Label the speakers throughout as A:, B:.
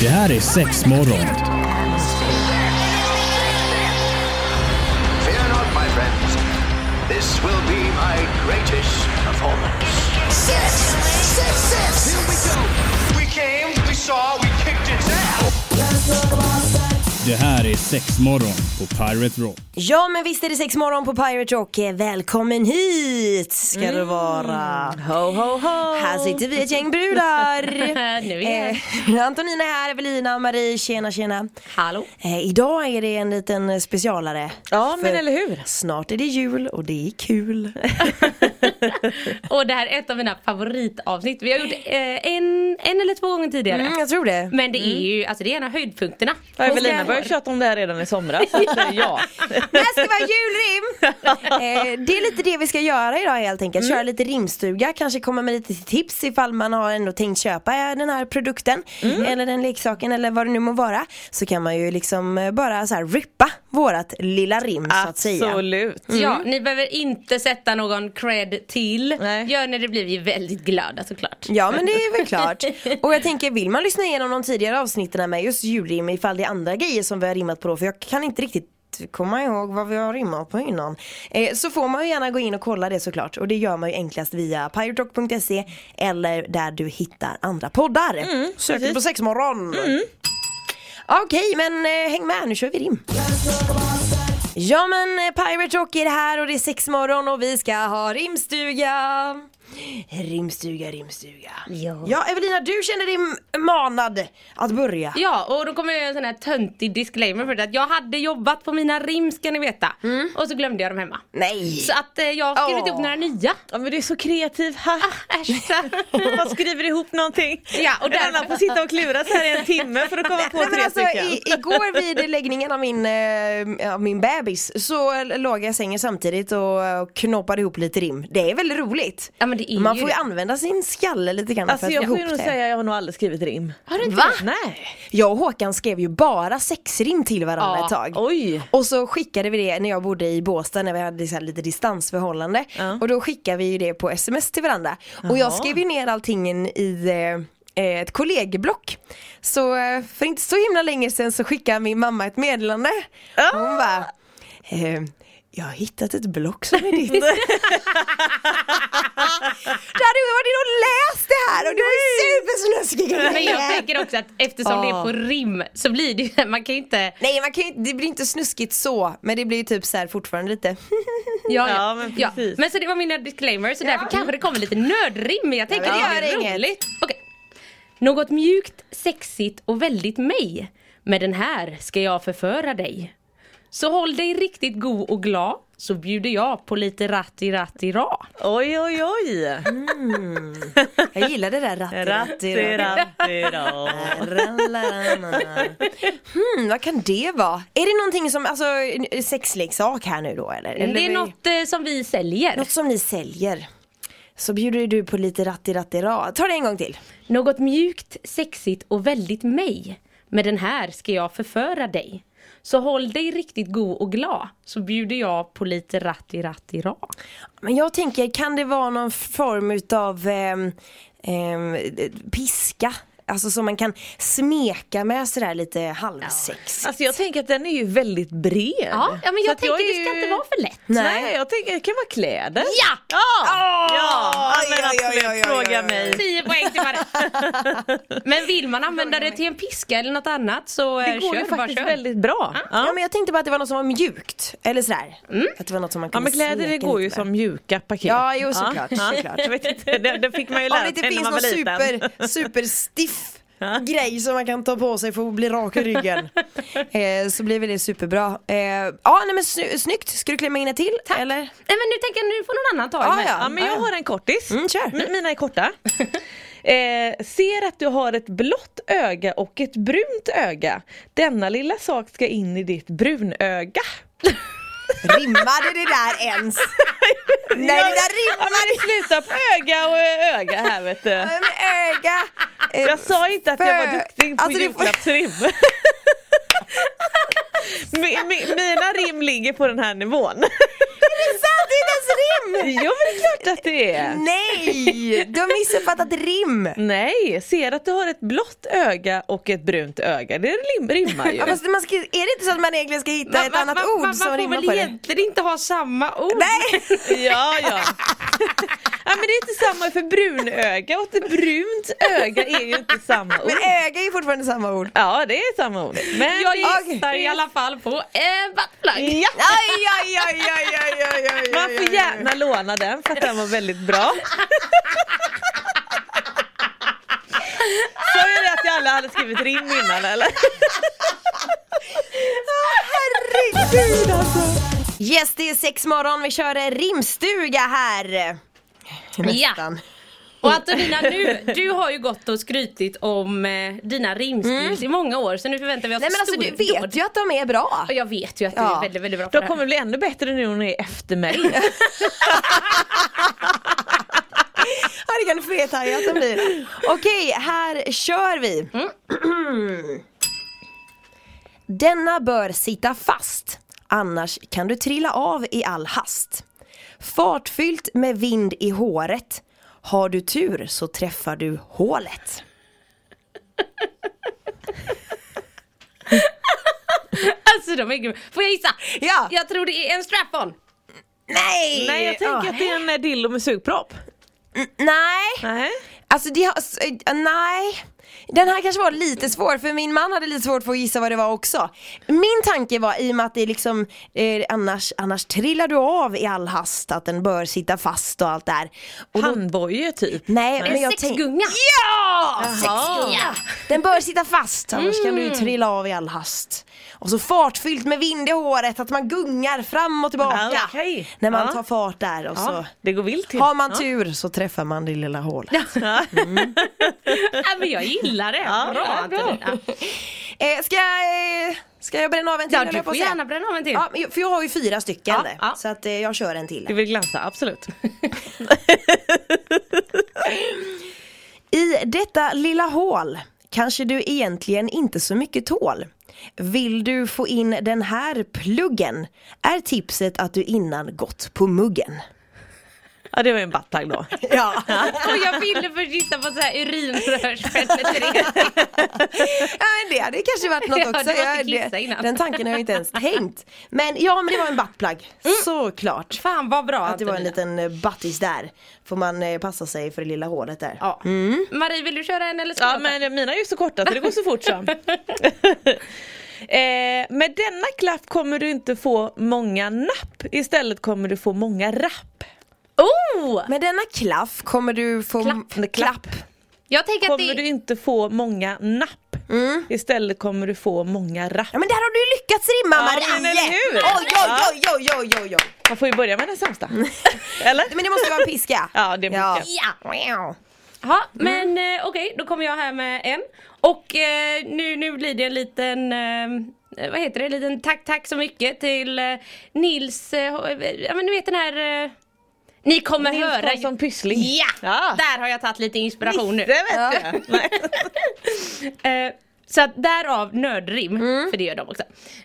A: Det här är sex morgon.
B: Fear not, my friends. This will be my greatest performance.
C: Six, six, six. Here we go.
B: We came, we saw, we kicked its ass.
A: Det här är sex morgon på Pirate Rock.
D: Ja men visst är det sex morgon på Pirate Rock. Välkommen hit ska
E: Mm.
D: du vara.
E: Ho, ho, ho!
D: Här sitter vi ett gäng brudar.
E: Nu igen.
D: Eh, Antonina är här, Evelina, Marie, tjena tjena.
E: Hallå!
D: Eh, idag är det en liten eh, specialare.
E: Ja, men
D: För
E: eller hur?
D: Snart är det jul och det är kul.
E: Och det här är ett av mina favoritavsnitt. Vi har gjort eh, en, en eller två gånger tidigare.
D: Mm, jag tror det.
E: Men det är ju, alltså det är en av höjdpunkterna.
F: Ja,
E: Hon ska-
F: Evelina började tjata om det här redan i somras. så att, eh, ja.
D: Det här ska vara julrim! Eh, det är lite det vi ska göra idag helt enkelt. Köra lite rimstuga, kanske komma med lite tips ifall man har ändå tänkt köpa eh, den här produkten eller den leksaken eller vad det nu må vara. Så kan man ju liksom eh, bara så här rippa vårat lilla rim så att säga.
F: Absolut.
E: Ja,
D: Mm.
E: ni behöver inte sätta någon cred till.
F: Nej.
E: Gör ni det blir vi väldigt glada såklart.
D: Ja men det är väl klart. Och jag tänker vill man lyssna igenom de tidigare avsnitten med just julrim ifall det är andra grejer som vi har rimmat på då för jag kan inte riktigt komma ihåg vad vi har rimmat på innan. Eh, så får man ju gärna gå in och kolla det såklart och det gör man ju enklast via piraterock.se eller där du hittar andra poddar. Sök
F: precis.
D: på sexmorgon. Okej men eh, häng med nu kör vi rim. Ja men eh, Pirate Rock är det här och det är sex morgon och vi ska ha rimstuga. Rimstuga, rimstuga.
E: Ja.
D: ja Evelina du känner dig m- manad att börja.
E: Ja, och då kommer jag göra en sån här töntig disclaimer för det att jag hade jobbat på mina rim ska ni veta. Och så glömde jag dem hemma.
D: Nej!
E: Så att eh, jag har
D: Mm.
E: skrivit
D: Åh.
E: upp några nya. Ah,
F: Ja, men du är så kreativ. Ha.
E: Äsch.
F: Man skriver ihop någonting.
E: Ja, och
F: En
E: därför-
F: annan får sitta och klura så här i en timme för att komma på
D: Nej, men
F: tre
D: alltså, i,
F: stycken.
D: igår vid läggningen av min, eh, av min bebis så l- låg jag i sängen samtidigt och eh, knoppade ihop lite rim. Det är väldigt roligt.
E: Ja, men det är
D: Man
E: ju
D: får ju
E: det.
D: använda sin skalle lite grann
F: Alltså
D: för att
F: jag
D: få
F: får ju
D: ihop
F: nog
D: det.
F: säga jag har nog aldrig skrivit rim.
E: Har du inte
D: Va?
F: Nej.
D: Jag och Håkan skrev ju bara sexrim till varandra
E: Ja,
D: ett tag.
F: oj.
D: Och så skickade vi det när jag bodde i Båstad när vi hade så här lite distansförhållande.
F: Ja.
D: Och då skickade vi ju det på sms till varandra. Och jag skrev ju ner allting i eh, ett kollegieblock. Så eh, för inte så himla länge sedan så skickade min mamma ett meddelande. Och hon bara eh, jag har hittat ett block som är ditt. Där du hade nog läst det här och det var ju supersnuskig
E: Men jag tänker också att eftersom det är på rim så blir det ju, man kan ju inte
D: Nej man kan ju, det blir inte snuskigt så men det blir ju typ så här fortfarande lite
F: Ja,
E: Ja, ja.
F: men
E: ja.
F: precis.
E: men så det var mina disclaimers så därför kanske det kommer lite nödrim. Jag tänker
D: Ja, men
E: det
D: det gör
E: är
D: inget.
E: roligt. Okej. Något mjukt, sexigt och väldigt mig. Med den här ska jag förföra dig. Så håll dig riktigt god och glad så bjuder jag på lite ratti ratti ra.
F: Oj oj oj.
D: Jag gillar det där ratti ratti
F: Ratti, ratti, ra.
D: Hmm, vad kan det vara? Är det någonting som, alltså en sexleksak här nu då eller? eller
E: Det är något eh, som vi säljer.
D: något som ni säljer? Så bjuder du på lite ratti ratti ra. Ta det en gång till.
E: Något mjukt, sexigt och väldigt mig. Med den här ska jag förföra dig. Så håll dig riktigt god och glad så bjuder jag på lite ratti ratti ra.
D: Men jag tänker, kan det vara någon form utav ehm, ehm, piska? Alltså som man kan smeka med sådär lite halvsex.
F: Alltså jag tänker att den är ju väldigt bred.
E: Ja, ja men
F: Så
E: jag
F: att
E: tänker det
F: är
E: ska
F: ju-
E: inte vara för lätt.
F: Nej. jag tänker det kan vara kläder.
E: Ja!
F: Ja,
D: Oj,
F: men
D: oj, oj,
F: absolut.
D: oj, oj, oj,
F: Fråga
D: oj.
F: mig.
E: 10 poäng till varje. Men vill man använda det till en piska eller något annat så eh,
F: Det går
E: kör,
F: ju faktiskt
E: bara kör.
F: väldigt bra.
D: Ja.
F: Ja.
D: men jag tänkte bara att det var något som var mjukt. Eller sådär. Att det var något som man
F: Ja
D: kunde
F: men kläder det
D: smeka
F: går ju
D: lite med.
F: som mjuka paket.
D: Ja, jo, såklart, såklart.
F: Jag vet inte, det, det fick man ju
D: Om
F: lära
D: det
F: sig
D: inte
F: när
D: finns någon
F: man var liten.
D: super, superstiff grej som man kan ta på sig för att bli rak i ryggen. eh, så blir väl det superbra. Eh, ja nej men sny- snyggt, ska du klämma in ett till? Eller?
E: Nej men nu tänker jag nu får någon annan ta det
D: Ja,
E: här.
F: Ja men jag har en kortis.
D: Mm, kör.
F: M- Mina är korta. Eh, ser att du har ett blått öga och ett brunt öga. Denna lilla sak ska in i ditt brunöga.
D: Rimmade det där ens? nej det där
F: Ja men
D: rimmade inte!
F: sluta på öga och eh, öga här vet du.
D: Men öga! Eh,
F: Jag sa inte att jag
D: Fö.
F: var duktig på
D: Alltså, det-
F: julklappsrim. Mi- mi- Mina rim ligger på den här nivån.
D: det är sant, det är inte ens rim!
F: Ja men det är klart att det är.
D: Nej! Du har missuppfattat rim!
F: Nej, ser att du har ett blått öga och ett brunt öga. Det rim- rimmar ju.
D: Ja, fast man ska, är det inte så att man egentligen ska hitta ett annat ord som
E: man
D: rimmar
E: får
D: på
E: väl
D: det?
E: egentligen inte ha samma ord.
D: Nej!
F: Ja, ja. ja men det är inte samma för brunöga och ett brunt öga är ju inte samma ord.
D: Men öga är ju fortfarande samma ord.
F: Ja det är samma ord. Men
E: Jag
D: Okej.
E: gissar i alla fall på eh, buttplug.
F: ja,
D: Aj, aj, aj, aj, aj, aj, aj,
F: man
D: aj,
F: får
D: aj.
F: gärna låna den för att den var väldigt bra. Sa jag det att jag alla hade skrivit rim innan eller?
D: Herregud alltså! Yes, det är sex morgon. Vi kör eh, rimstuga här. Nästan.
E: Och Antonina, nu, du har ju gått och skrytit om eh, dina rimskills i många år så nu förväntar vi oss
D: Nej men alltså du
E: stordåd.
D: vet ju att de är bra.
E: Ja, Jag vet ju att du
D: Ja.
E: är väldigt, väldigt bra på
F: De
E: det här.
F: kommer bli ännu bättre nu när hon är efter mig.
D: Ja det kan du få veta här att de blir. Okej, här kör vi. Denna bör sitta fast, annars kan du trilla av i all hast. Fartfyllt med vind i håret. Har du tur så träffar du hålet.
E: Alltså de är grymma. Får jag gissa?
D: Ja.
E: Jag tror det är en strap-on.
D: Nej!
F: Nej jag tänker att det är en eh, dildo med sugpropp.
D: Ah. Nej!
F: Nej.
D: Alltså det har, s- eh, nej. Den här kanske var lite svår för min man hade lite svårt för att gissa vad det var också. Min tanke var i och med att det är liksom eh, annars, annars trillar du av i all hast att den bör sitta fast och allt det här. Och då,
F: Handbojor typ.
D: nej men jag tänkte
E: Sexgunga.
D: Ja! Sexgunga! Den bör sitta fast annars kan du
F: Mm.
D: ju trilla av i all hast. Och så fartfyllt med vind i håret att man gungar fram och tillbaka.
F: Ja, okej.
D: När man
F: Ja.
D: tar fart där och
F: Ja,
D: så.
F: det går vilt till.
D: Har man tur så träffar man det lilla hålet.
F: Ja.
E: Ja, men jag gillar det.
F: Ja,
E: bra
F: ja, bra.
E: Antonina.
D: Eh, ska, jag, eh, ska jag bränna av en till?
E: Ja,
D: höll
E: du
D: jag på
E: får
D: att säga?
E: gärna bränna av en till.
D: Ja, men jag- för jag har ju fyra stycken.
E: Ja, ja.
D: Så att eh, jag kör en
F: Du
D: till.
F: vill glansa, absolut.
D: I detta lilla hål kanske du egentligen inte så mycket tål. Vill du få in den här pluggen är tipset att du innan gått på muggen.
F: Ja det var ju en battag då.
D: Ja.
E: Och jag ville först gissa på så här urinrörspenetrering.
D: Ja, men det hade kanske varit
E: Ja,
D: något
E: du
D: också.
E: måste
D: Jag-
E: kissa
D: det-
E: innan.
D: den tanken har jag inte ens tänkt. Men ja, men det var en buttplug.
E: Mm.
D: Såklart.
E: Fan vad bra
D: Att det var en
E: Antonina.
D: liten eh, battis där. Får man eh, passa sig för det lilla hålet där.
E: Ja. Mm. Marie vill du köra en eller ska
F: Ja
E: jag ta?
F: men mina är ju så korta så det går så fort som. eh, med denna klapp kommer du inte få många napp. Istället kommer du få många rapp.
E: Oh!
D: Med denna klaff kommer du få...
E: Klapp.
D: klapp.
E: Jag tänker att
F: Kommer
E: det
F: du inte få många napp. Istället kommer du få många rapp.
D: Mm. Ja men där har du ju lyckats rimma
F: Ja,
D: Marie!
F: men eller hur?
D: Oj oj oj oj oj oj oj!
F: Man får ju börja med den sämsta. Eller?
D: Men det måste ju vara en piska.
F: Ja, det är mycket.
D: Ja.
E: Ja,
F: Mm.
E: men eh, okej, då kommer jag här med en. Och eh, nu, nu blir det en liten, eh, vad heter det, en liten tack tack så mycket till eh, Nils, eh, ja men ni vet den här, eh, ni kommer
F: Nils
E: höra.
F: Karlsson Pyssling.
E: Ja,
F: Ja.
E: där har jag tagit lite inspiration nu.
F: Det vet jag. Nej.
E: Eh, så att därav nördrim,
F: Mm.
E: för det gör de också.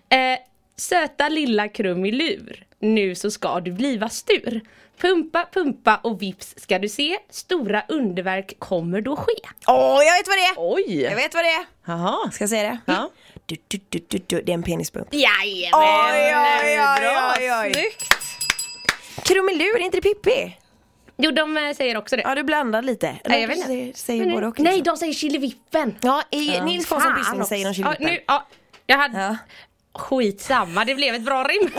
E: Eh, söta lilla krumelur, nu så ska du bliva stur. Pumpa, pumpa och vips ska du se, stora underverk kommer då ske.
D: Åh jag vet vad det är! Jag
F: Oj!
D: vet vad det är!
F: Jaha.
D: Ska jag säga det?
F: Ja.
D: Du, du, du, du, du. Det är en penispump.
E: Jajamän!
D: Oj oj oj oj oj!
F: Snyggt!
D: Krumelur, är inte det Pippi?
E: Jo de eh, säger också det.
D: Ja du blandar lite.
E: Nej, jag vet
D: du
E: inte.
D: säger, säger
E: Men nu-
D: både och.
E: Nej
D: liksom.
E: de säger chilivippen.
D: Ja, i Nils Karlsson
E: Fan
D: Pyssling säger de
E: också.
D: Chilippen.
E: Ja, nu, ja, jag hade...
D: Ja.
E: Skitsamma, det blev ett bra rim.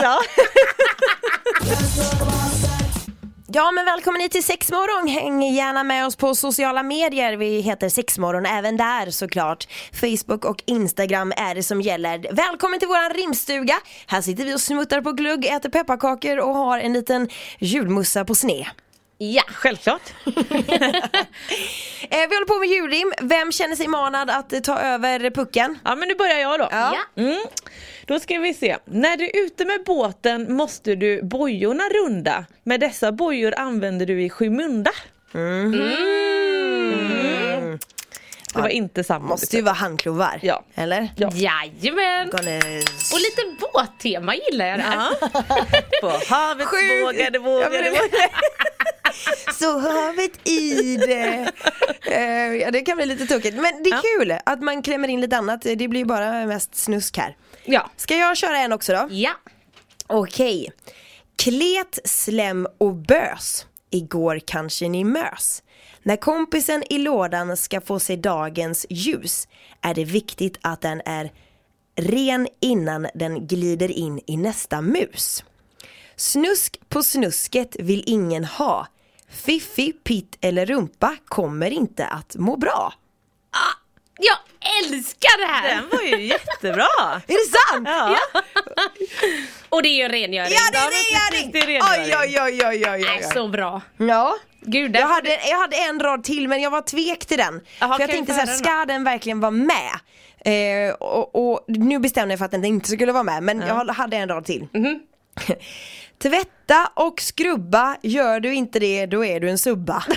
D: Ja men välkommen hit till Sexmorgon. Häng gärna med oss på sociala medier. Vi heter Sexmorgon även där såklart. Facebook och Instagram är det som gäller. Välkommen till våran rimstuga. Här sitter vi och smuttar på glugg, äter pepparkakor och har en liten julmussa på sne.
E: Ja.
F: Självklart.
D: Eh, vi håller på med julrim. Vem känner sig manad att eh, ta över pucken?
F: Ja men nu börjar jag då.
D: Ja.
F: Mm. Då ska vi se. När du är ute med båten måste du bojorna runda. Med dessa bojor använder du i Skymunda. Mm. Det var inte samma.
D: Måste ju vara handklovar.
F: Ja.
D: Eller?
F: Ja.
E: Jajamän!
D: Gonna...
E: Och lite båttema gillar jag det här.
F: På havet
D: Sju-
F: vågade,
D: Ja,
F: vågade,
D: men det
F: vågade.
D: Så havet i det. Eh, ja, det kan bli lite tokigt. Men det är kul att man klämmer in lite annat. Det blir ju bara mest snusk här.
E: Ja.
D: Ska jag köra en också då?
E: Ja.
D: Okej. Klet, slem och bös. Igår kanske ni mös. När kompisen i lådan ska få se dagens ljus är det viktigt att den är ren innan den glider in i nästa mus. Snusk på snusket vill ingen ha. Fiffi, pitt eller rumpa kommer inte att må bra.
E: Jag älskar det här!
F: Den var ju jättebra!
D: Är det sant?
F: Ja.
E: Och det är ju en rengöring.
D: Ja, det
F: Ja,
D: är
F: precis,
D: rengöring!
F: det är rengöring.
D: Oj, oj, oj, oj, oj, oj.
E: Äh, så bra.
D: Ja.
E: Gud,
D: jag,
E: därför-
D: hade, jag hade en rad till men jag var tvek till den.
E: Jaha,
D: för jag
E: kan
D: tänkte
E: jag
D: så
E: få
D: här,
E: höra
D: ska den verkligen vara med? Eh, och, och nu bestämde jag för att den inte skulle vara med men jag hade en rad till. Tvätta och skrubba, gör du inte det då är du en subba.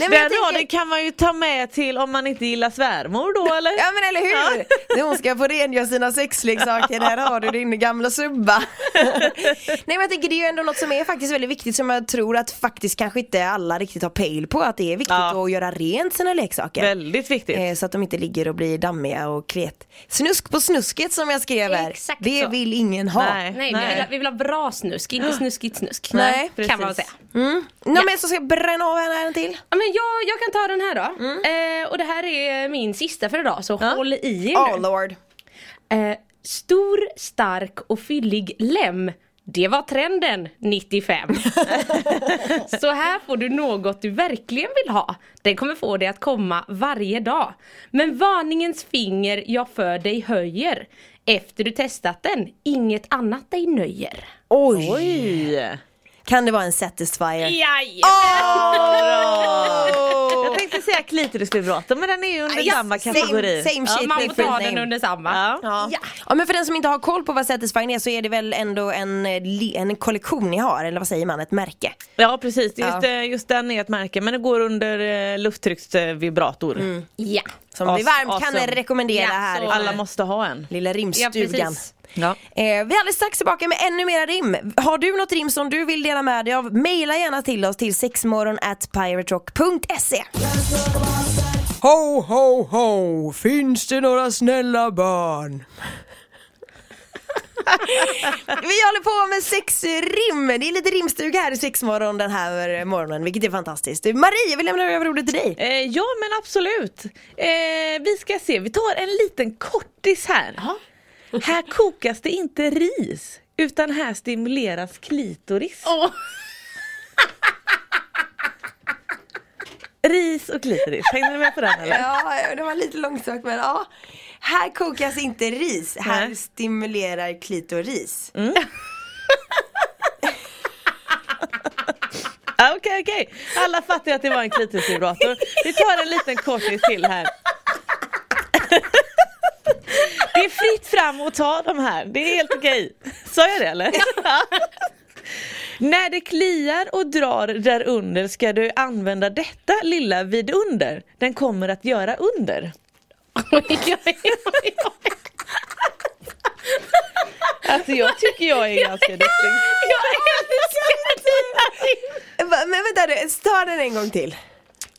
D: Nej, men jag
F: Den raden kan man ju ta med till om man inte gillar svärmor då eller?
D: Ja men eller hur! När Hon ska få rengöra sina sexleksaker, där har du din gamla subba. Nej men jag tänker det är ju ändå något som är faktiskt väldigt viktigt som jag tror att faktiskt kanske inte alla riktigt har pejl på att det är viktigt
F: Ja.
D: att göra rent sina leksaker.
F: Väldigt viktigt.
D: Eh, Så att de inte ligger och blir dammiga och kret. Snusk på snusket som jag skrev här,
E: Exakt
D: det
E: så.
D: vill ingen ha.
F: Nej.
E: Nej, Vi, vill ha, vi vill ha bra snusk, inte snuskigt snusk.
D: Nej,
E: kan man
F: precis.
E: säga.
D: Mm. Nå, men så ska jag bränna av henne en till.
E: Ja, men jag, jag kan ta den här då.
D: Mm.
E: Eh, och det här är min sista för idag, så håll i er
D: Oh
E: nu.
D: lord.
E: Eh, stor, stark och fyllig lem. Det var trenden 95. så här får du något du verkligen vill ha. Den kommer få dig att komma varje dag. Men varningens finger jag för dig höjer. Efter du testat den, inget annat dig nöjer.
D: Oj.
F: Oj!
D: Kan det vara en satisfier?
F: Jag tänkte säga klitorisvibrator men den är ju under
D: Ja,
F: samma
D: same-
F: kategori.
D: same shit,
E: Man får
D: different
E: ta
D: name.
E: den under samma.
F: Ja.
D: Ja. Ja. men för den som inte har koll på vad Satisfying är så är det väl ändå en, eh, le- en kollektion ni har eller vad säger man, ett märke.
F: Ja precis, just,
D: Ja.
F: eh, just den är ett märke men den går under eh, lufttrycksvibrator.
E: Ja.
D: Mm. Som
F: As-
D: vi varmt
F: awesome.
D: kan rekommendera
E: Ja,
D: här
E: så-
D: i
F: Alla måste ha en.
D: lilla rimstugan.
E: precis.
F: Ja.
D: eh, vi är alldeles strax tillbaka med ännu mera rim. Har du något rim som du vill dela med dig av? Maila gärna till oss till sexmorgon at piraterock.se. Ho, ho, ho! Finns det några snälla barn? Vi håller på med sex rim. Det är lite rimstuga här i sexmorgon den här morgonen, vilket är fantastiskt. Marie, vi lämnar över ordet till dig.
F: Eh, ja men absolut. Eh, vi ska se, vi tar en liten kortis här. Här kokas det inte ris utan här stimuleras klitoris.
E: Åh.
F: Ris och klitoris, hängde ni med på den eller?
D: Ja, det var lite långsökt men ja. Här kokas inte ris, här
F: Nej.
D: stimulerar klitoris.
F: Ah, Okej okej, alla fattar ju att det var en klitorisvibrator. Vi tar en liten kortis till här. Det är fritt fram att ta de här, det är helt okej. Sa jag det eller? När det kliar och drar där under ska du använda detta lilla vid under. Den kommer att göra under.
E: Oj, oj, oj, oj.
F: Alltså jag tycker jag är ganska duktig.
E: Jag älskar det!
D: Va- Men vänta nu, ta den en gång till.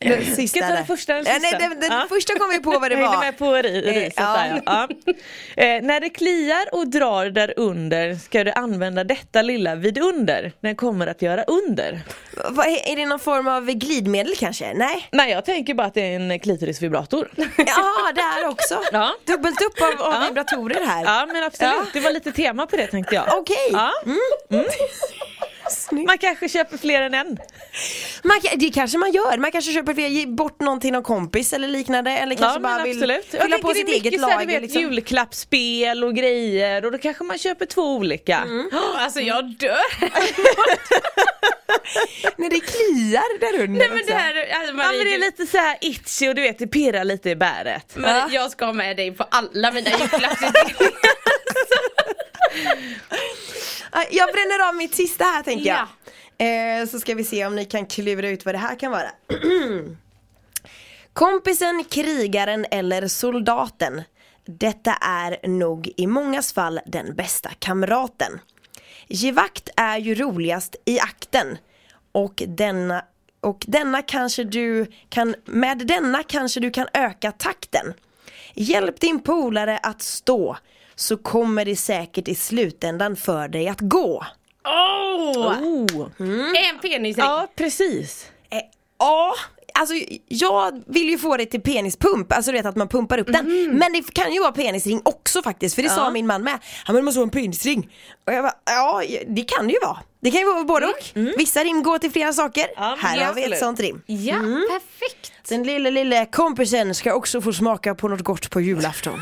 D: Den sista
F: Ska jag ta
D: där.
F: den första eller
D: Ja,
F: sista?
D: Nej, den, den
F: Ja.
D: första kom vi på vad det
F: Jag hängde
D: var.
F: med på ri-
D: Eh,
F: riset
D: ja.
F: där ja. ja. Eh, När det kliar och drar där under ska du använda detta lilla vid under. Den kommer att göra under.
D: Vad är- är det någon form av glidmedel kanske? Nej?
F: Nej jag tänker bara att det är en klitorisvibrator.
D: Ja, där också.
F: Ja.
D: Dubbelt upp av, av vibratorer här.
F: Ja men absolut,
D: Ja.
F: det var lite tema på det tänkte jag.
D: Okej. Mm.
F: Ja. Mm.
D: Snyggt.
F: Man kanske köper fler än en.
D: Man, kan- det kanske man gör, man kanske köper för ge bort någon till någon kompis eller liknande eller kanske
F: men
D: bara vill
F: jag
D: fylla
F: tänker
D: på
F: det är
D: sitt
F: mycket
D: eget
F: så här,
D: lager.
F: du vet,
D: liksom.
F: Julklappsspel och grejer och då kanske man köper två olika.
E: Alltså jag dör!
D: När det kliar där under
E: Nej men
D: också.
E: det här, alltså,
F: Ja,
E: Marie,
F: men det är
E: du-
F: lite så här itchy och du vet det pirrar lite i bäret.
D: Mm.
E: Marie, jag ska ha med dig på alla mina julklappsutdelningar.
D: Ja, Ah, Jag bränner av mitt sista här tänker jag.
E: Ja.
D: Eh, så ska vi se om ni kan klura ut vad det här kan vara. Kompisen, krigaren eller soldaten. Detta är nog i mångas fall den bästa kamraten. Givakt är ju roligast i akten. Och denna, och denna kanske du kan, med denna kanske du kan öka takten. Hjälp din polare att stå så kommer det säkert i slutändan för dig att gå.
E: Åh!
F: Oh.
E: Mm. En penisring.
F: Ja, precis.
D: Alltså, Eh, Ja, alltså jag vill ju få det till penispump, alltså du vet att man pumpar upp
F: Mhm.
D: den. Men det kan ju vara penisring också faktiskt, för det sa min man med. Han men det måste vara en penisring. Och jag bara, ja det kan det ju vara. Det kan ju vara både och. Vissa rim går till flera saker.
F: Mm, men
D: Här
F: det är
D: har vi ett
F: absolut.
D: sånt rim.
E: Ja, perfekt.
D: Den lille lille kompisen ska också få smaka på något gott på julafton.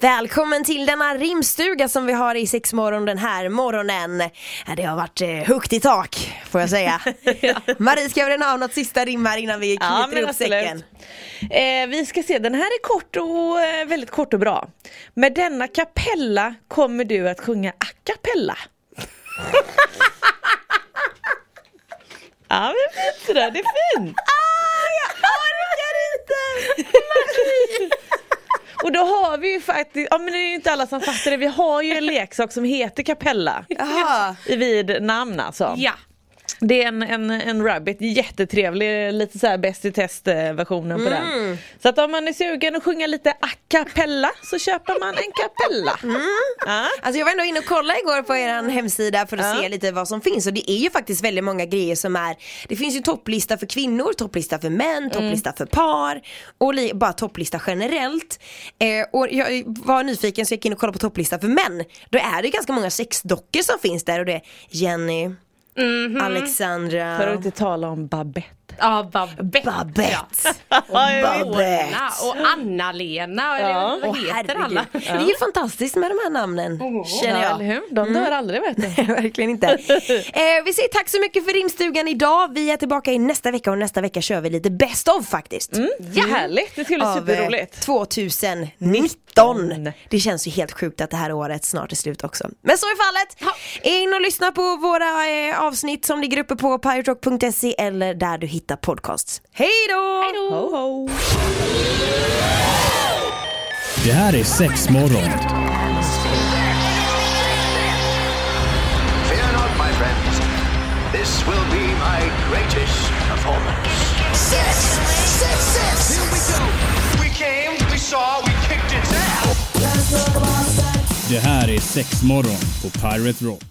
D: Välkommen till denna rimstuga som vi har i Sexmorgon den här morgonen. Ja, Det har varit eh, högt i tak får jag säga. Marie, ska vi ha något sista rim här innan vi knyter upp säcken?
F: Eh, vi ska se, den här är kort och eh, väldigt kort och bra. Med denna kapella kommer du att sjunga a cappella. ja men fint det där, det är fint.
D: Ah,
F: Och då har vi ju faktiskt, ja men det är ju inte alla som fattar det, vi har ju en leksak som heter kapella.
D: Jaha.
F: I vid namn alltså.
E: Ja.
F: Det är en, en, en rabbit, jättetrevlig, lite så här bäst i test eh, versionen på den. Så att om man är sugen att sjunga lite a cappella så köper man en kapella. Ja.
D: Alltså jag var ändå inne och kollade igår på er hemsida för att
F: Ja.
D: se lite vad som finns och det är ju faktiskt väldigt många grejer som är Det finns ju topplista för kvinnor, topplista för män,
F: Mm.
D: topplista för par och li- bara topplista generellt. Eh, och jag var nyfiken så jag gick in och kollade på topplista för män. Då är det ganska många sexdockor som finns där och det är Jenny, Alexandra,
F: Mhm. För att inte tala om Babette.
E: Ja, Babette.
D: Babette.
E: Ja.
D: och Babette.
E: Anna och Anna-Lena, eller
F: Ja.
E: vad heter alla?
D: Det är ju fantastiskt med de här namnen känner jag.
F: eller hur? De dör aldrig vet du.
D: Verkligen inte. Eh, vi säger tack så mycket för rimstugan idag. Vi är tillbaka i nästa vecka och nästa vecka kör vi lite best of faktiskt.
F: Ja. Härligt, det skulle bli
D: Av, eh,
F: superroligt.
D: 2019. Det känns ju helt sjukt att det här året snart är slut också. Men så är fallet. In och lyssna på våra eh, avsnitt som ligger uppe på piratrock.se eller där du hittar podcasts. Hej då!
E: Hej då!
F: Ho, ho.
A: Det här är sex morgon.
B: Fear not, my friends. This will be my greatest performance.
C: Six, six, six. Here we go.
B: We came, we saw, we kicked its ass.
A: Det här är sex morgon på Pirate Rock.